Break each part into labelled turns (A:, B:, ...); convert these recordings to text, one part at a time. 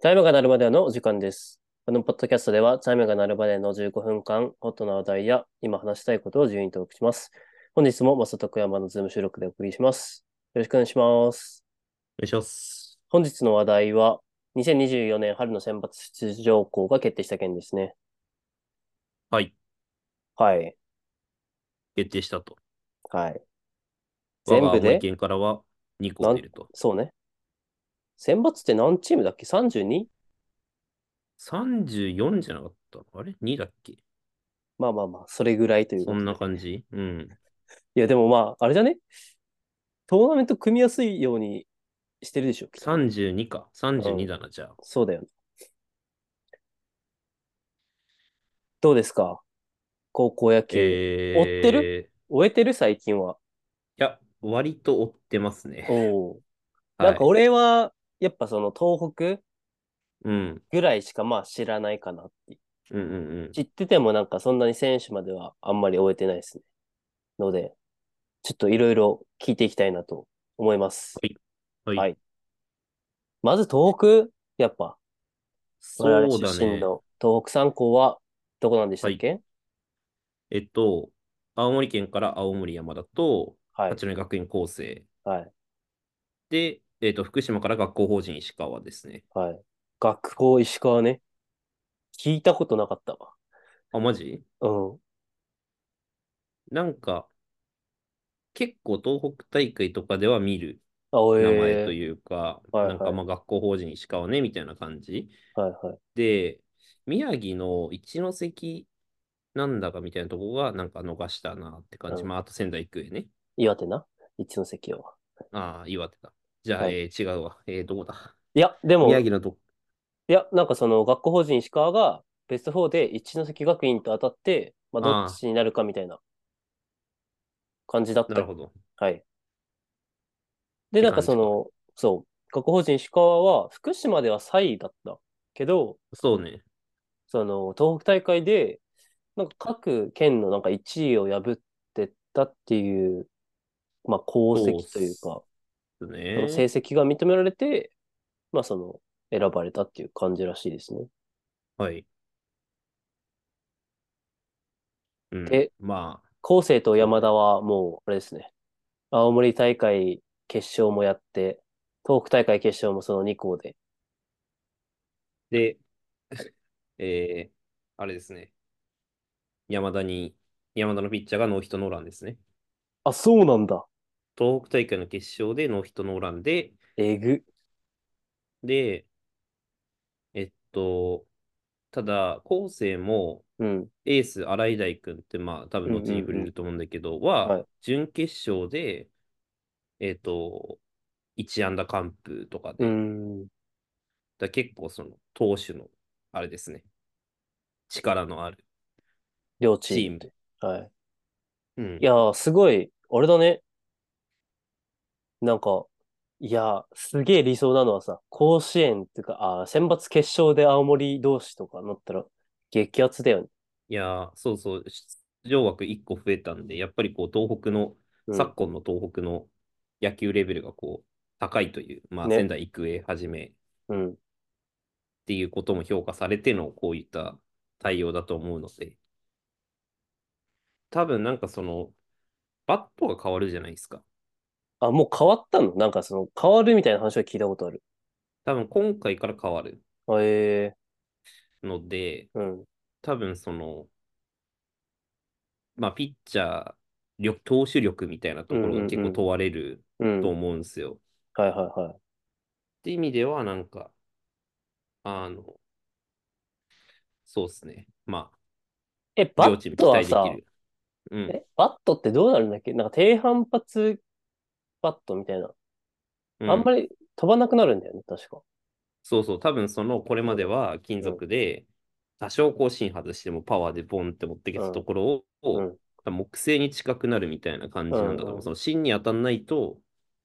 A: チャイムが鳴るまでのお時間です。このポッドキャストでは、チャイムが鳴るまでの15分間、ホットな話題や、今話したいことを自由にトークします。本日も、マサトクヤマのズーム収録でお送りします。よろしくお願いします。
B: お願いします。
A: 本日の話題は、2024年春の選抜出場校が決定した件ですね。
B: はい。
A: はい。
B: 決定したと。
A: はい。
B: 我
A: 全
B: が
A: 部
B: 青森
A: で、
B: 県からは2校出ると。
A: そうね。選抜って何チームだっけ ?32?
B: 34じゃなかったのあれ ?2 だっけ
A: まあまあまあ、それぐらいというこ
B: そ
A: とで
B: んな感じうん。
A: いや、でもまあ、あれじゃねトーナメント組みやすいようにしてるでしょ。きっと
B: 32か。
A: うん
B: 32だな、じゃあ。
A: そうだよね。どうですか高校野球。
B: えー、
A: 追ってる終えてる最近は。
B: いや、割と追ってますね。
A: おお。
B: は
A: ないんか俺は、やっぱその東北
B: うん。
A: ぐらいしかまあ知らないかなって。
B: うんうんうん。
A: 知っててもなんかそんなに選手まではあんまり終えてないですね。ので、ちょっといろいろ聞いていきたいなと思います。
B: はい。
A: はいまず東北、やっぱ我々
B: そうだ
A: 出身
B: ね。
A: の東北三高はどこなんでしたっけ
B: えっと、青森県から青森山田と、
A: はい。
B: 八戸学院構成。
A: はい。
B: で、えっと、福島から学校法人石川ですね。
A: はい。学校石川ね。聞いたことなかったわ。
B: あ、マジ
A: うん。
B: なんか、結構東北大会とかでは見る
A: あ、お
B: 名
A: え
B: 前というか、
A: はい
B: なんか
A: はい
B: まあ学校法人石川ねみたいな感じ。
A: はいはい。
B: で、宮城の一関なんだかみたいなとこがなんか逃したなって感じ。
A: うん
B: まああと仙台育英ね。
A: 岩手な。一関は。
B: ああ、岩手だ。じゃあ、
A: はい
B: えー違うわ。えーどこだ
A: いや、でも、
B: 宮
A: い
B: 城のとこ。
A: や、なんかその学校法人石川がベスト4で一関学院と当たって、まあ、ど
B: ああ
A: っちになるかみたいな感じだっ
B: な
A: た
B: る。ほど。
A: はい。で、
B: って
A: なんかその、そう、学校法人石川は福島では3位だったけど、
B: そうね。
A: その東北大会で、なんか各県のなんか1位を破ってったっていう、まあ、功績というか、その
B: ね。
A: 成績が認められて、まあ、その、選ばれたっていう感じらしいですね。
B: はい。うん
A: で、
B: まあ、
A: 後世と山田はもう、あれですね、青森大会決勝もやって、東北大会決勝もその2校で、
B: で、えー、あれですね。山田に、山田のピッチャーがノーヒットノーランですね。
A: あ、そうなんだ。
B: 東北大会の決勝でノーヒットノーランで、
A: えぐ。
B: で、えっと、ただ、後世も
A: うん。
B: エース新井大君って、まあ、多分後に触れると思うんだけど、は、
A: はい
B: 準決勝で、えっと、1安打完封とか
A: う
B: で、だか
A: ん。
B: ら結構その、投手の、あれですね、力のある
A: 両チ
B: チ
A: ー
B: ー
A: ム
B: ム
A: で。はい。
B: う
A: い
B: ん
A: やー、すごい、あれだね。なんか、いやー、すげえ理想なのはさ、甲子園っていうか、あー、選抜決勝で青森同士とかなったら、激アツだよね。
B: いやー、そうそう、出場枠1個増えたんで、やっぱりこう、東北の、
A: うん
B: 昨今の東北の野球レベルがこう、高いという、まあ、
A: ね
B: 仙台育英はじめっ
A: うん。
B: ていうことも評価されての、こういった対応だと思うので、多分なんかその、バットが変わるじゃないですか。
A: あ、もう変わったのなんかその、変わるみたいな話は聞いたことある。
B: 多分今回から変わる
A: あえ
B: ので、
A: ー、うん。
B: 多分その、まあ、ピッチャー力、投手力みたいなところが結
A: うんうんう
B: 構
A: ん
B: 問われる
A: うん。
B: と
A: はい
B: 思うんですよ。
A: はいは
B: って意味では、なんか、あの、そうですね。ま
A: い。え、
B: あ、
A: バ
B: 両チ
A: ッ
B: ーム
A: ト
B: 期
A: は
B: 待で
A: さ
B: き、る。うん。
A: え、バットってどうなるんだっけなんか低反発バットみたいな。あんま
B: り。
A: り飛ばなくなるんだよね、確か。
B: そうそう。多分その、これまでは金属で、多少こう芯外してもパワーでボンって持ってきたところを、
A: うん
B: 木製に近くなるみたいな感じなんだと思う。
A: うんうん
B: その芯に当たんないと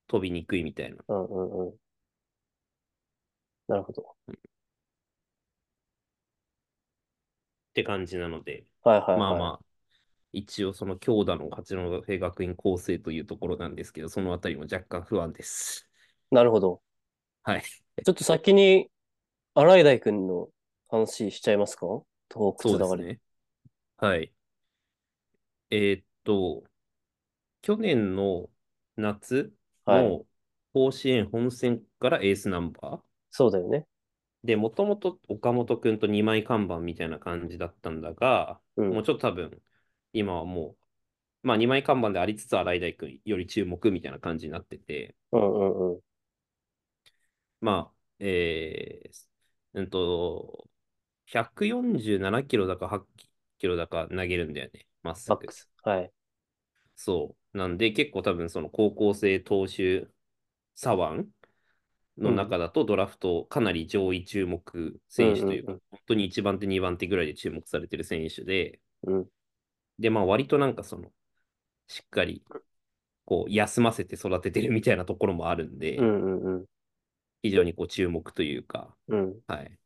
B: 飛びにくいみたいな。
A: うんうんうん。なるほど。
B: って感じなので、
A: はいはいはい。
B: まあまあ、一応その強打の八戸学院構成というところなんですけど、そのあたりも若干不安です。
A: なるほど。
B: はい。
A: ちょっと先に、洗い大君の話しちゃいますか東北
B: そう
A: つ
B: で
A: なが
B: す
A: り。
B: ね。はい。えーっと、去年の夏
A: はい。
B: の甲子園本戦からエースナンバー。
A: そうだよね。
B: で、もともと岡本君と2枚看板みたいな感じだったんだが、
A: う
B: も
A: ん。
B: うちょっと多分、今はもう、まあ2枚看板でありつつ、洗い大君より注目みたいな感じになってて、
A: うんうんうん。
B: まあ、えー、うんと、147キロだか8キロだか投げるんだよね、まっす
A: マック
B: ぐ。
A: ス。はい。
B: そう。なんで、結構多分その高校生投手左腕
A: う
B: の
A: ん。
B: 中だとドラフトかなり上位注目
A: う
B: 選手と
A: ん
B: いう
A: う
B: か、
A: ん
B: 本当に1番手、2番手ぐらいで注目されてる選手で、
A: うん。
B: で、まあ割となんかその、しっかりこう休ませて育ててるみたいなところもあるん
A: う
B: で、
A: んうんうん。
B: 非常にこう注目というか、
A: うん。
B: はい。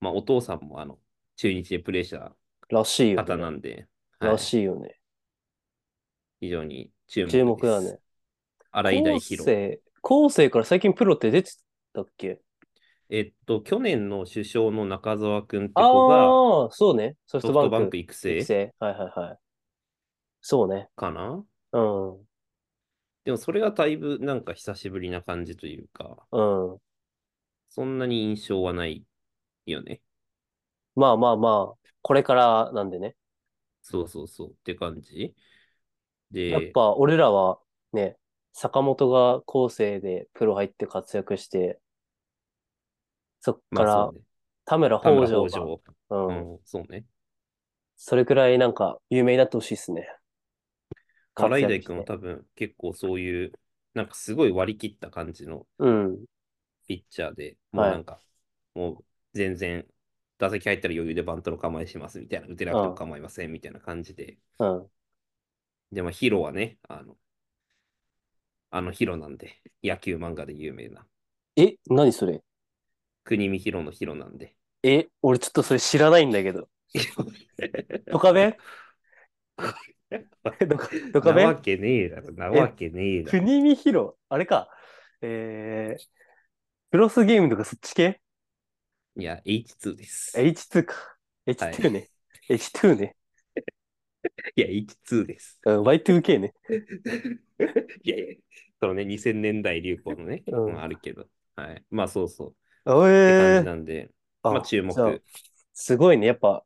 B: まあお父さんもあの、中日でプレーした
A: らしいよ
B: 方
A: ね。
B: なんで、は
A: ら
B: い。
A: しいよね。
B: 非常に注
A: 注
B: 目で
A: 目だ
B: す。
A: ね。
B: 洗い
A: 後
B: 大博。
A: 世、後世から最近プロって出てたっけ
B: えっと、去年の首相の中澤君って子が、
A: ああー、そうね。ソフト
B: ソフ
A: バ
B: ト
A: ン
B: バン
A: ク
B: ク育
A: 育
B: 成
A: 成。はいはいはい。そうね。
B: かな
A: うん。う
B: でもそれがだいぶなんか久しぶりな感じというか、
A: ん。
B: そんなに印象はないよね。
A: まあまあまあ、これからなんでね。
B: そうそうそうって感じ。
A: やっ
B: で、
A: ぱ俺らはね、坂本が後世でプロ入って活躍して、そっ
B: ま
A: か
B: あそう
A: ら
B: ね。
A: 田村
B: 田
A: 北
B: 村
A: 條
B: 北
A: が、
B: 条。う
A: うん、
B: ん、そうね。
A: それくらいなんか有名になってほしいですね。
B: 洗
A: 活
B: い大
A: 躍し
B: 君は
A: て。
B: 多分結構そういう、なんかすごい割り切った感じの
A: うん。
B: ピッチャーで、もう
A: は。
B: ないんか、もう全然、打席入ったら余裕でバントの構えしますみたいな、打てな
A: う
B: くても
A: ん。
B: 構いませんみたいな感じで。
A: うん。
B: で、まあ、ヒロはね、あの、あのヒロなんで、野球漫画で有名な、
A: え、何それ
B: 国見ヒロのヒロな んで。
A: え、俺ちょっとそれ知らないんだけど。ドカ ベドカ、ドカ
B: な
A: ベ
B: わけねえだろ、な
A: え、
B: わけねえだろ。
A: 国見広、あれか。えー、クロスゲームとかそっち系
B: いや、H2 です。
A: ?H2 か。
B: はい。
A: H2 ね。H2 ね。
B: いや、H2 です。
A: うん、Y2K ね。
B: いやいや、そのね、2000年代流行のね、
A: う
B: まあ、
A: ん。
B: あるけど、はい。まあ、そうそう。
A: あ
B: って感じ
A: えー、
B: なんで、まあ、
A: あ、
B: 注
A: じゃあ、
B: 目。
A: すごいね。やっぱ、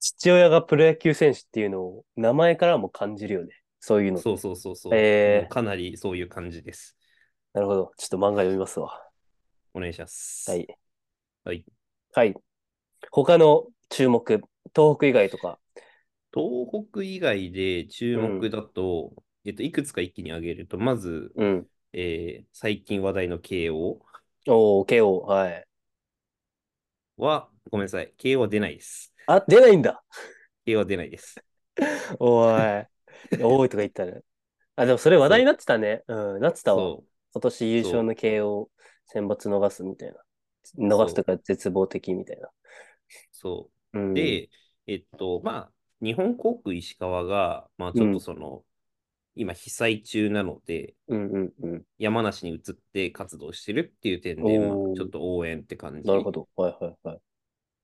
A: 父親がプロ野球選手っていうのを、名前からも感じるよね。そういうのっ
B: そう
A: て。
B: そうそうそう。もう
A: えー、
B: かなりそういう感じです。
A: なるほど。ちょっと漫画読みますわ。
B: お願いしま
A: は
B: す。
A: い。
B: はい。
A: はい。他の注目、東北以外とか。
B: 東北以外で注
A: う
B: 目
A: ん、
B: だと、えっと、いくつか一気に挙げると、まず、
A: うん。
B: えー最近話題の慶応
A: おー、KO、はい。
B: は、ごめんなさい、慶応は出ないです。
A: あ、出ないんだ。
B: 慶応は出ないです。
A: おーい。 多いとか言ったら。あ、でもそれ話題にな
B: そ
A: ってたね。うん、なって
B: う、
A: たわ。
B: そう、
A: 今年優勝
B: そ
A: の慶応選抜逃すみたいな。
B: う、
A: 逃すと
B: そ
A: か
B: う、
A: 絶望的みたいな。
B: そう。
A: うん、
B: で、えっと、まあ、日本航空石川が、まあ、
A: う
B: ちょっと
A: ん、
B: その、今、被災中なので、
A: うん、うん、うん。
B: 山梨に移って活動してるっていう点で、まあ、
A: お
B: ちょっ
A: ー、
B: と応援って感
A: なるほ
B: じ
A: ど。はい、はい、はい。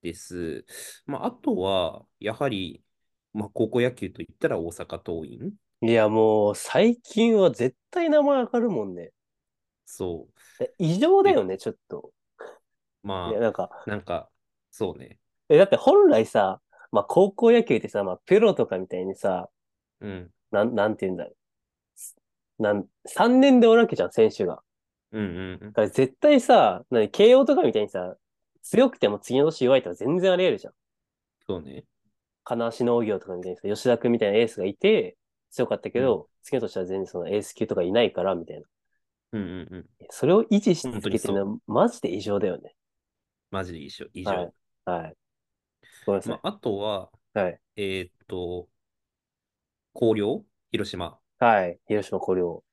B: です。まあ、あとは、やはり、まあ、高校野球といったら大阪桐蔭。
A: いや、もう最近は絶対名前上がるもんね。
B: そう。
A: え異常だ
B: で、
A: よね、ちょっと。いや、
B: ま
A: なんか、
B: あ、なんか、そうね。
A: え、だって本来さ、まあ高校野球ってさ、まあプロとかみたいにさ、
B: うん、
A: なん、なんて言うんだろう。なん、3年で終わるわけじゃん、選手が。
B: うん、うん、うん。
A: だから絶対さ、なに、慶応とかみたいにさ、強くても次の年弱いとか全然あり得るじゃん。
B: そうね。
A: 金足農業とかみたいにさ、吉田君みたいなエースがいて、強かったけ
B: うん、
A: ど、次の年は全然そのエース級とかいないから、みたいな。
B: うん、うん、うん。
A: それを維持し
B: 本
A: 続
B: 当に
A: けてる
B: そう。
A: のはマジで異常だよね。
B: マジで一緒、以
A: はい。
B: 上。
A: はい。ごめんなさ
B: ま
A: い。
B: あ、あとは、
A: はい。
B: えーっと、広陵、広島。
A: はい。広島広陵。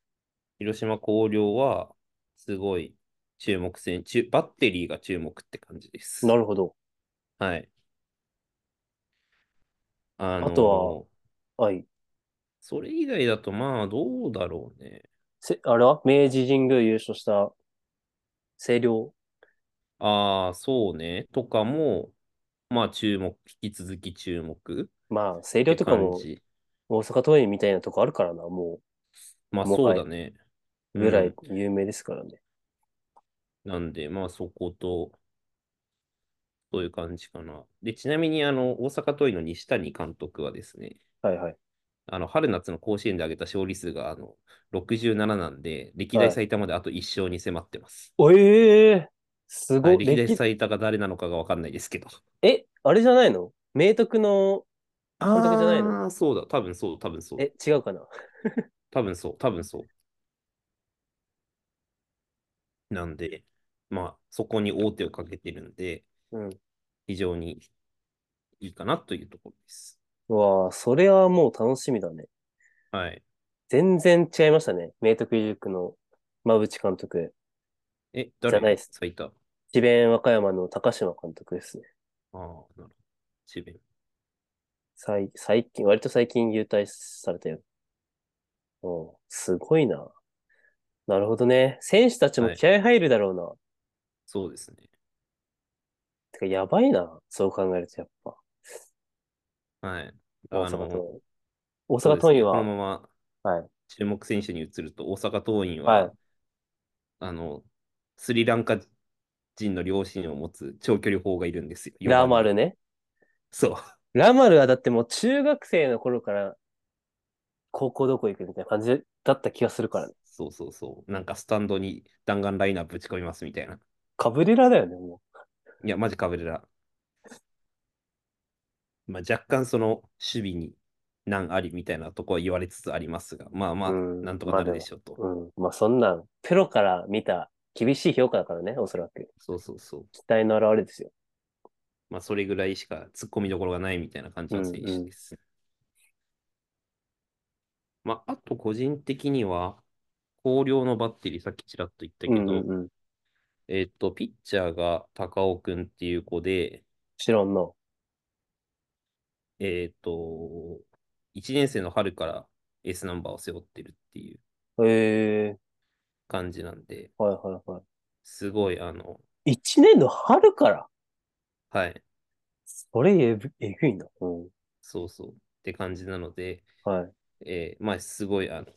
B: 広島広陵は、すごい注目戦、中、バッテリーが注目って感じで
A: な
B: す。
A: るほど。
B: はい。あ
A: あと
B: のー
A: は、はい。
B: それ以外だと、まあ、どうだろうね。
A: せ、あれは明治神宮優勝した星稜。
B: ああ、そうね。とかも、まあ注目、引き続き注目
A: まあ、星
B: っ
A: 稜と
B: て
A: か
B: 感
A: も
B: じ。
A: 大阪桐蔭みたいなとこあるからな、も
B: まあ
A: も
B: そ
A: は
B: う
A: や
B: だね。
A: う、
B: う
A: ぐらい
B: ん。
A: 有名ですからね。
B: なんで、まあそこと、そういう感じかな。で、ちなみに、あの、大阪桐蔭の西谷監督はですね、
A: はいはい。
B: あの、春夏の甲子園で挙げた勝利数が、あの、67なんで、歴
A: は
B: 代
A: い。
B: 最多まであと1勝に迫ってます。
A: おええす
B: はい、
A: ご、
B: 歴代
A: 歴、
B: 最多が誰なのかがわかんないです けど。
A: え、あれじゃないの明徳の監督じゃないの
B: ああ、 そうだ。多分そう、多分そう。
A: え、違うかな
B: 多分そう、多分そう。なんで、まあ、そこに大手をかけてるんで、
A: うん。
B: 非常にいいかなというところです。
A: うわあ、それはもう楽しみだね。
B: はい。
A: 全然違いましたね。明徳義塾の馬淵監督
B: え、
A: じゃ
B: 誰
A: ないです。
B: 最多
A: 智弁和歌山の高島監督ですね。
B: ああー、なるほど。智弁。
A: 最、最近、割と最近優退されたよ。うん、すごいな。なるほどね。選手たちも
B: はい。
A: 気合入るだろうな。
B: そうですね。
A: てか、やばいな。そう考えると、やっぱ、
B: はい。
A: 大
B: あ
A: 阪
B: の、
A: 桐蔭。大
B: そ
A: 阪
B: う
A: 桐
B: です
A: 蔭
B: ね。この
A: は、
B: まま
A: はい、
B: 注目選手に移ると、大阪桐蔭
A: はい。
B: は、あの、スリランカ人の両親を持つ長距離砲がいるんですよ、
A: ラ
B: 4
A: マ
B: 番に。
A: ルね。
B: そう。
A: ラマルはだってもう中学生の頃から高校どこ行くみたいな感じだった気がするからね。
B: そうそうそう。なんかスタンドに弾丸ライナーぶち込みますみたいな。
A: カブレラだよね、も
B: いや、マジカブレラ。まあ、若干その守備に難ありみたいなとこは言われつつありますが、まあま
A: う。
B: あ、
A: う
B: なん
A: ん、
B: とか
A: まあ
B: な
A: で
B: るで
A: も、
B: しょうと。
A: うん、まあそんなん、プロから見た厳しい評価だからね、おそらく。
B: そうそうそう。
A: 期待の表れですよ。
B: まあ、それぐらいしか突っ込みどころがないみたいな感
A: う
B: じの
A: ん、
B: 選
A: う
B: 手
A: ん。
B: です。まあ、あと個人的には、広陵のバッテリー、さっきちらっと言った
A: う
B: け
A: ん、う
B: ど、
A: ん、うん。
B: えっと、ピッチャーが高尾くんっていう子で、
A: 知らんな。
B: えっと、1年生の春からエースナンバーを背負ってるっていう
A: へえ、
B: 感じなんで、
A: はいはいはい。
B: すごい、あの、
A: 一年の春から、
B: はい、
A: それえぐ、えぐいな。うん。
B: そうそうって感じなので、
A: はい。
B: えーまあ、すごい、あの、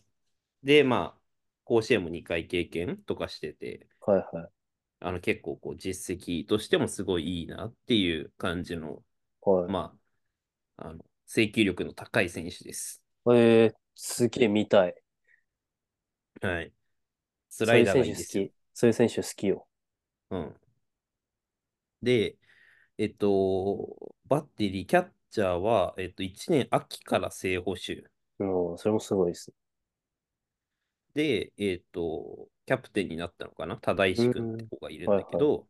B: で、まあ、甲子園も2回経験とかしてて、
A: はいはい。
B: あの、結構、こう、実績としてもすごいいいなっていう感じの、
A: は
B: まあ、あの、制球力の高い選手です。
A: い。えー、すげえ見たい。
B: はい。スラ
A: そうい
B: イ
A: う
B: ダー
A: 選
B: が
A: 手
B: いい
A: 好
B: んですよ。
A: き。そういう選手好きよ。
B: うん。で、えっと、バッテリー、キャッチャーは、えっと、1年秋から正捕手。
A: うん、それもすごいですね。
B: で、えっと、キャプテンになったのかな只
A: う
B: 石君っ
A: ん。
B: て子がいるん
A: はい
B: だけ
A: はい。
B: ど、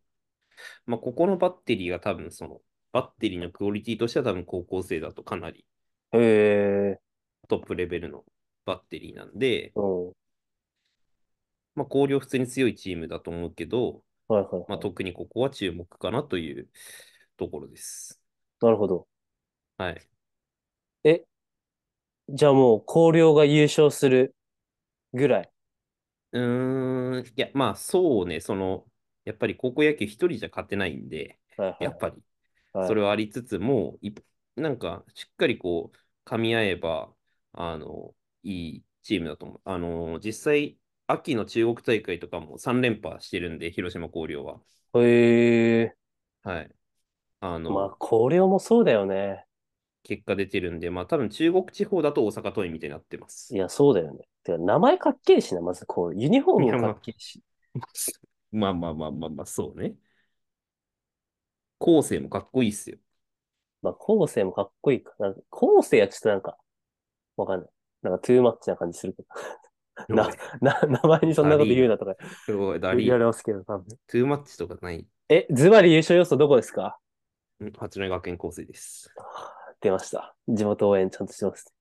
B: まあ、ここのバッテリーが多分その、バッテリーのクオリティとしては多分高校生だとかなり
A: へえ、
B: トップレベルのバッテリーなんで、
A: うん。はい
B: まあ、広陵普通に強いチームだと思うけど、
A: はい
B: まあ、
A: はい。
B: 特にここは注目かなというところです。
A: なるほど。
B: はい。
A: え、じゃあもう、広陵が優勝するぐらい。
B: うーん、いや、まあそうね、その、やっぱり高校野球一人じゃ勝てないんで、
A: はい
B: やっぱり
A: はいは
B: そ
A: い。
B: れはありつつも、いなんかしっかりこう、噛み合えば、あの、いいチームだと思う。あの、実際、秋の中国大会とかも3連覇してるんで、広島広陵は。
A: へえ、
B: はい。あ
A: ま
B: の、
A: あ、広陵もそうだよね。
B: 結果出てるんで、まあ多分中国地方だと大阪桐蔭みたいになってま
A: い
B: す。
A: や、そうだよね。てか、名前かっけえしな、まずこう、ユニフォー
B: い
A: ムも
B: や、
A: か
B: ま
A: っ
B: あ、
A: けえし。
B: まあまあまあまあまあ、そうね。後世もかっこいいっすよ。
A: まあ、後世もかっこいいか。なんか、後世はちょっとなんか、わかんない。なんか、トゥーマッチな感じするけど。
B: お
A: な、
B: い、
A: な、名前にそん
B: ダ
A: なこと
B: リー
A: 言う
B: な。
A: なとか
B: おい、
A: 言
B: ダ
A: わ
B: リ
A: れ
B: ー。
A: ますけど、多分。
B: トゥーマッチとかない。
A: え、ズバリ優勝予想どこですか
B: ん八戸学院光星です。
A: 出ました。地元応援ちゃんとしてます。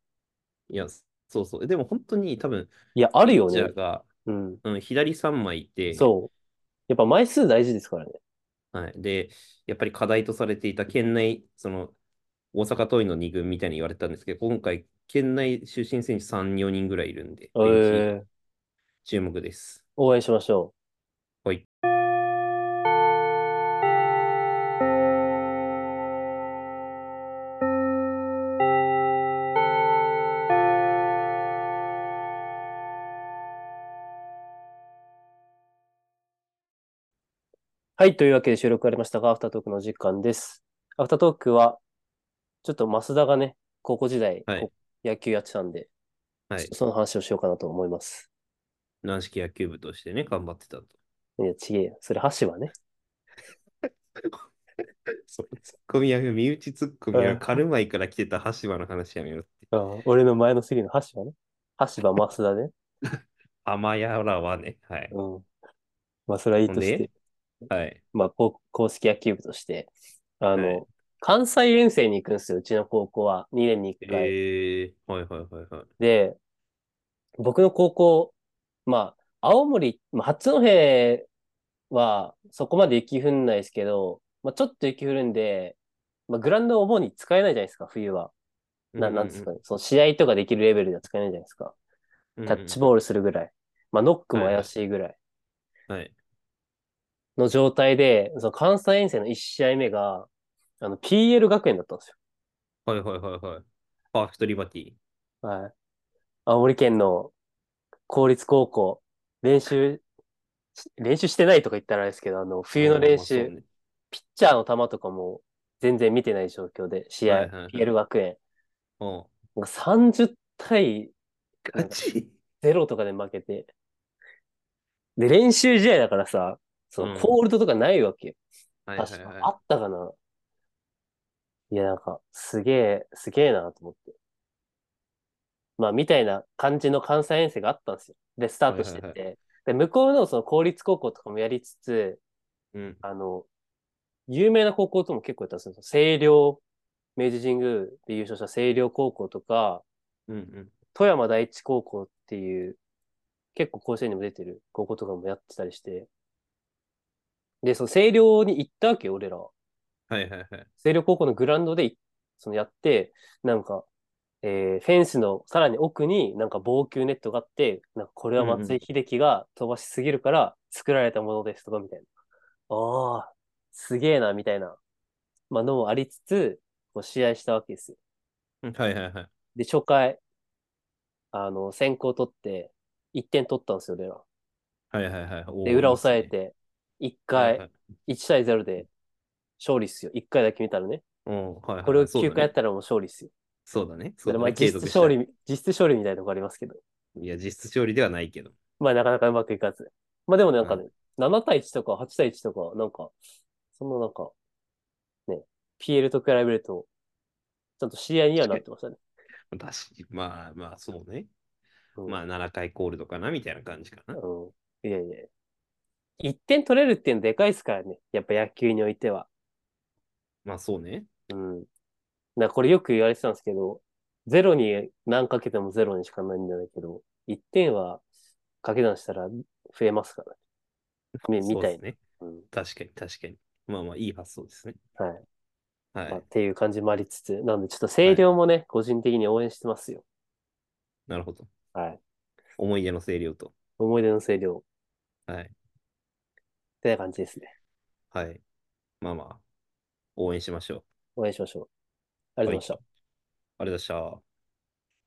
B: いや、そうそう。でも本当に多分、
A: いや、あ
B: ピ
A: る
B: ッ
A: よ
B: チャ
A: ね。
B: ーが、
A: うん。
B: うん、左3枚いて、
A: そう。やっぱ枚数大事ですからね。
B: はい、で、やっぱり課題とされていた県内、その、大阪桐蔭の2軍みたいに言われてたんですけど、今回、県内出身選手3、4人ぐらいいるんで、ベンチ入り、
A: えー、
B: 注目です。
A: 応援しましょう。
B: はい。
A: はい、というわけで収録がありましたが、アフタートークの時間です。アフタートークは、ちょっと増田がね、高校時代、
B: はい
A: こ野球やってたんで、
B: はい
A: ちょっとその話をしようかなと思います。
B: 軟式野球部としてね、頑張ってたと。
A: いや、ちげえよ。それ、箸はね。
B: ツッコミやめ、身内ツッコミ
A: う
B: は
A: ん
B: カルマイから来てた橋場の話やめろって。
A: 俺の前の席の箸はね。箸は増田ね。
B: 甘やらはね、はい。
A: うん。まあ、それはいいとし
B: ほ
A: て
B: んで、はい。
A: まあ、こう公式野球部として、あの、
B: はい
A: 関西遠征に行くんですよ。うちの高校は、2年に1回。
B: えー、はいはいはいはい。
A: で、僕の高校、まあ、青森、まあ、八戸はそこまで雪降んないですけど、まあ、ちょっと雪降るんで、まあ、グラウンドを主に使えないじゃないですか、冬は。な、なんですかね。その試合とかできるレベルでは使えないじゃないですか。
B: うんうん
A: キャッチボールするぐらい。まあ、ノックも怪しいぐらい
B: うんうんはい。
A: の状態で、その関西遠征の1試合目が、あの、PL 学園だったんですよ。
B: はいはいはいはい。パーフェクトリバティ。
A: はい。青森県の公立高校、練習し、練習してないとか言ったらあれですけど、あの、冬の練
B: あーまあそう
A: 習、
B: ね
A: ピッチャーの球とかも全然見てない状況で、試
B: は
A: 合
B: いはいはい、
A: PL 学園、
B: うん
A: なんか30対
B: ガチ
A: 0とかで負けて、で、練習試合だからさ、その
B: うん
A: コールドとかないわけよ。
B: はいはい
A: 確か、あ
B: は
A: ったかないや、なんか、すげえ、すげえなと思って。まあ、みたいな感じの関西遠征があったんですよ。で、スタートしてて。
B: はい
A: で、向こうのその公立高校とかもやりつつ、
B: い。うん。
A: あの、有名な高校とも結構やったんですよ。星稜、明治神宮で優勝した星稜高校とか、
B: うんうん。
A: 富山第一高校っていう、結構甲子園にも出てる高校とかもやってたりして。で、その星稜に行ったわけよ、俺らは。
B: はいはいはい。
A: 星稜高校のグラウンドで、そのやって、なんか、えーフェンスのさらに奥になんか防球ネットがあって、なんかこれは松井秀喜が飛ばしすぎるから作られたものですとかみたいな。ああ、すげえな、みたいな、まあのもありつつ、こう試合したわけですよ。
B: うんはいはいはい。
A: で、初回、あの、先行取って、1点取ったんですよ、俺ら。
B: はいはいはい。おー
A: で、裏抑え。て、1
B: はいは
A: 回、
B: い。
A: 1対0で勝利っすよ。1回だけ見たらね。
B: うんはいはい
A: これを
B: そう
A: 9
B: だね
A: 回やったらもう勝利っすよ。
B: そうだね。そ
A: そうれ
B: だ
A: まあ
B: ね。
A: 実
B: 継
A: 質
B: 続した
A: 勝利、実質勝利みたいなとこありますけど、
B: いや、実質勝利ではないけど。
A: まあなかなかうまくいかず。まあでもなんかね
B: う、
A: 7対1とか8対1とか、なんか、そのなんか、ね、PL と比べると、ちゃんと試合にはなってましたね。
B: 確かにまあまあ、そうね。
A: うん、
B: まあ、7回コールドかなみたいな感じかな。
A: うん。いやいや。1点取れるっていうのでかいですからね。やっぱ野球においては。
B: まあ、そうね。
A: うん。だからこれよく言われてたんですけど、ゼロに何かけてもゼロにしかないんじゃないけど、1点は掛け算したら増えますからね。み
B: そ
A: み
B: う
A: た
B: で
A: い
B: す
A: な。
B: ね。
A: うん
B: 確かに、確かに。まあまあ、いい発想ですね。
A: はい。
B: は
A: まあっ
B: い。
A: ていう感じもありつつ、なのでちょっと声量もね、個人的に応援してますよ。
B: なるほど。
A: はい。
B: 思い出の声量と。
A: 思い出の声量。っ
B: はい。
A: てな感じですね。
B: はい。まあまあ、応援しましょう。
A: 応援しましょう。ありがとうございました。
B: ありがとうございました。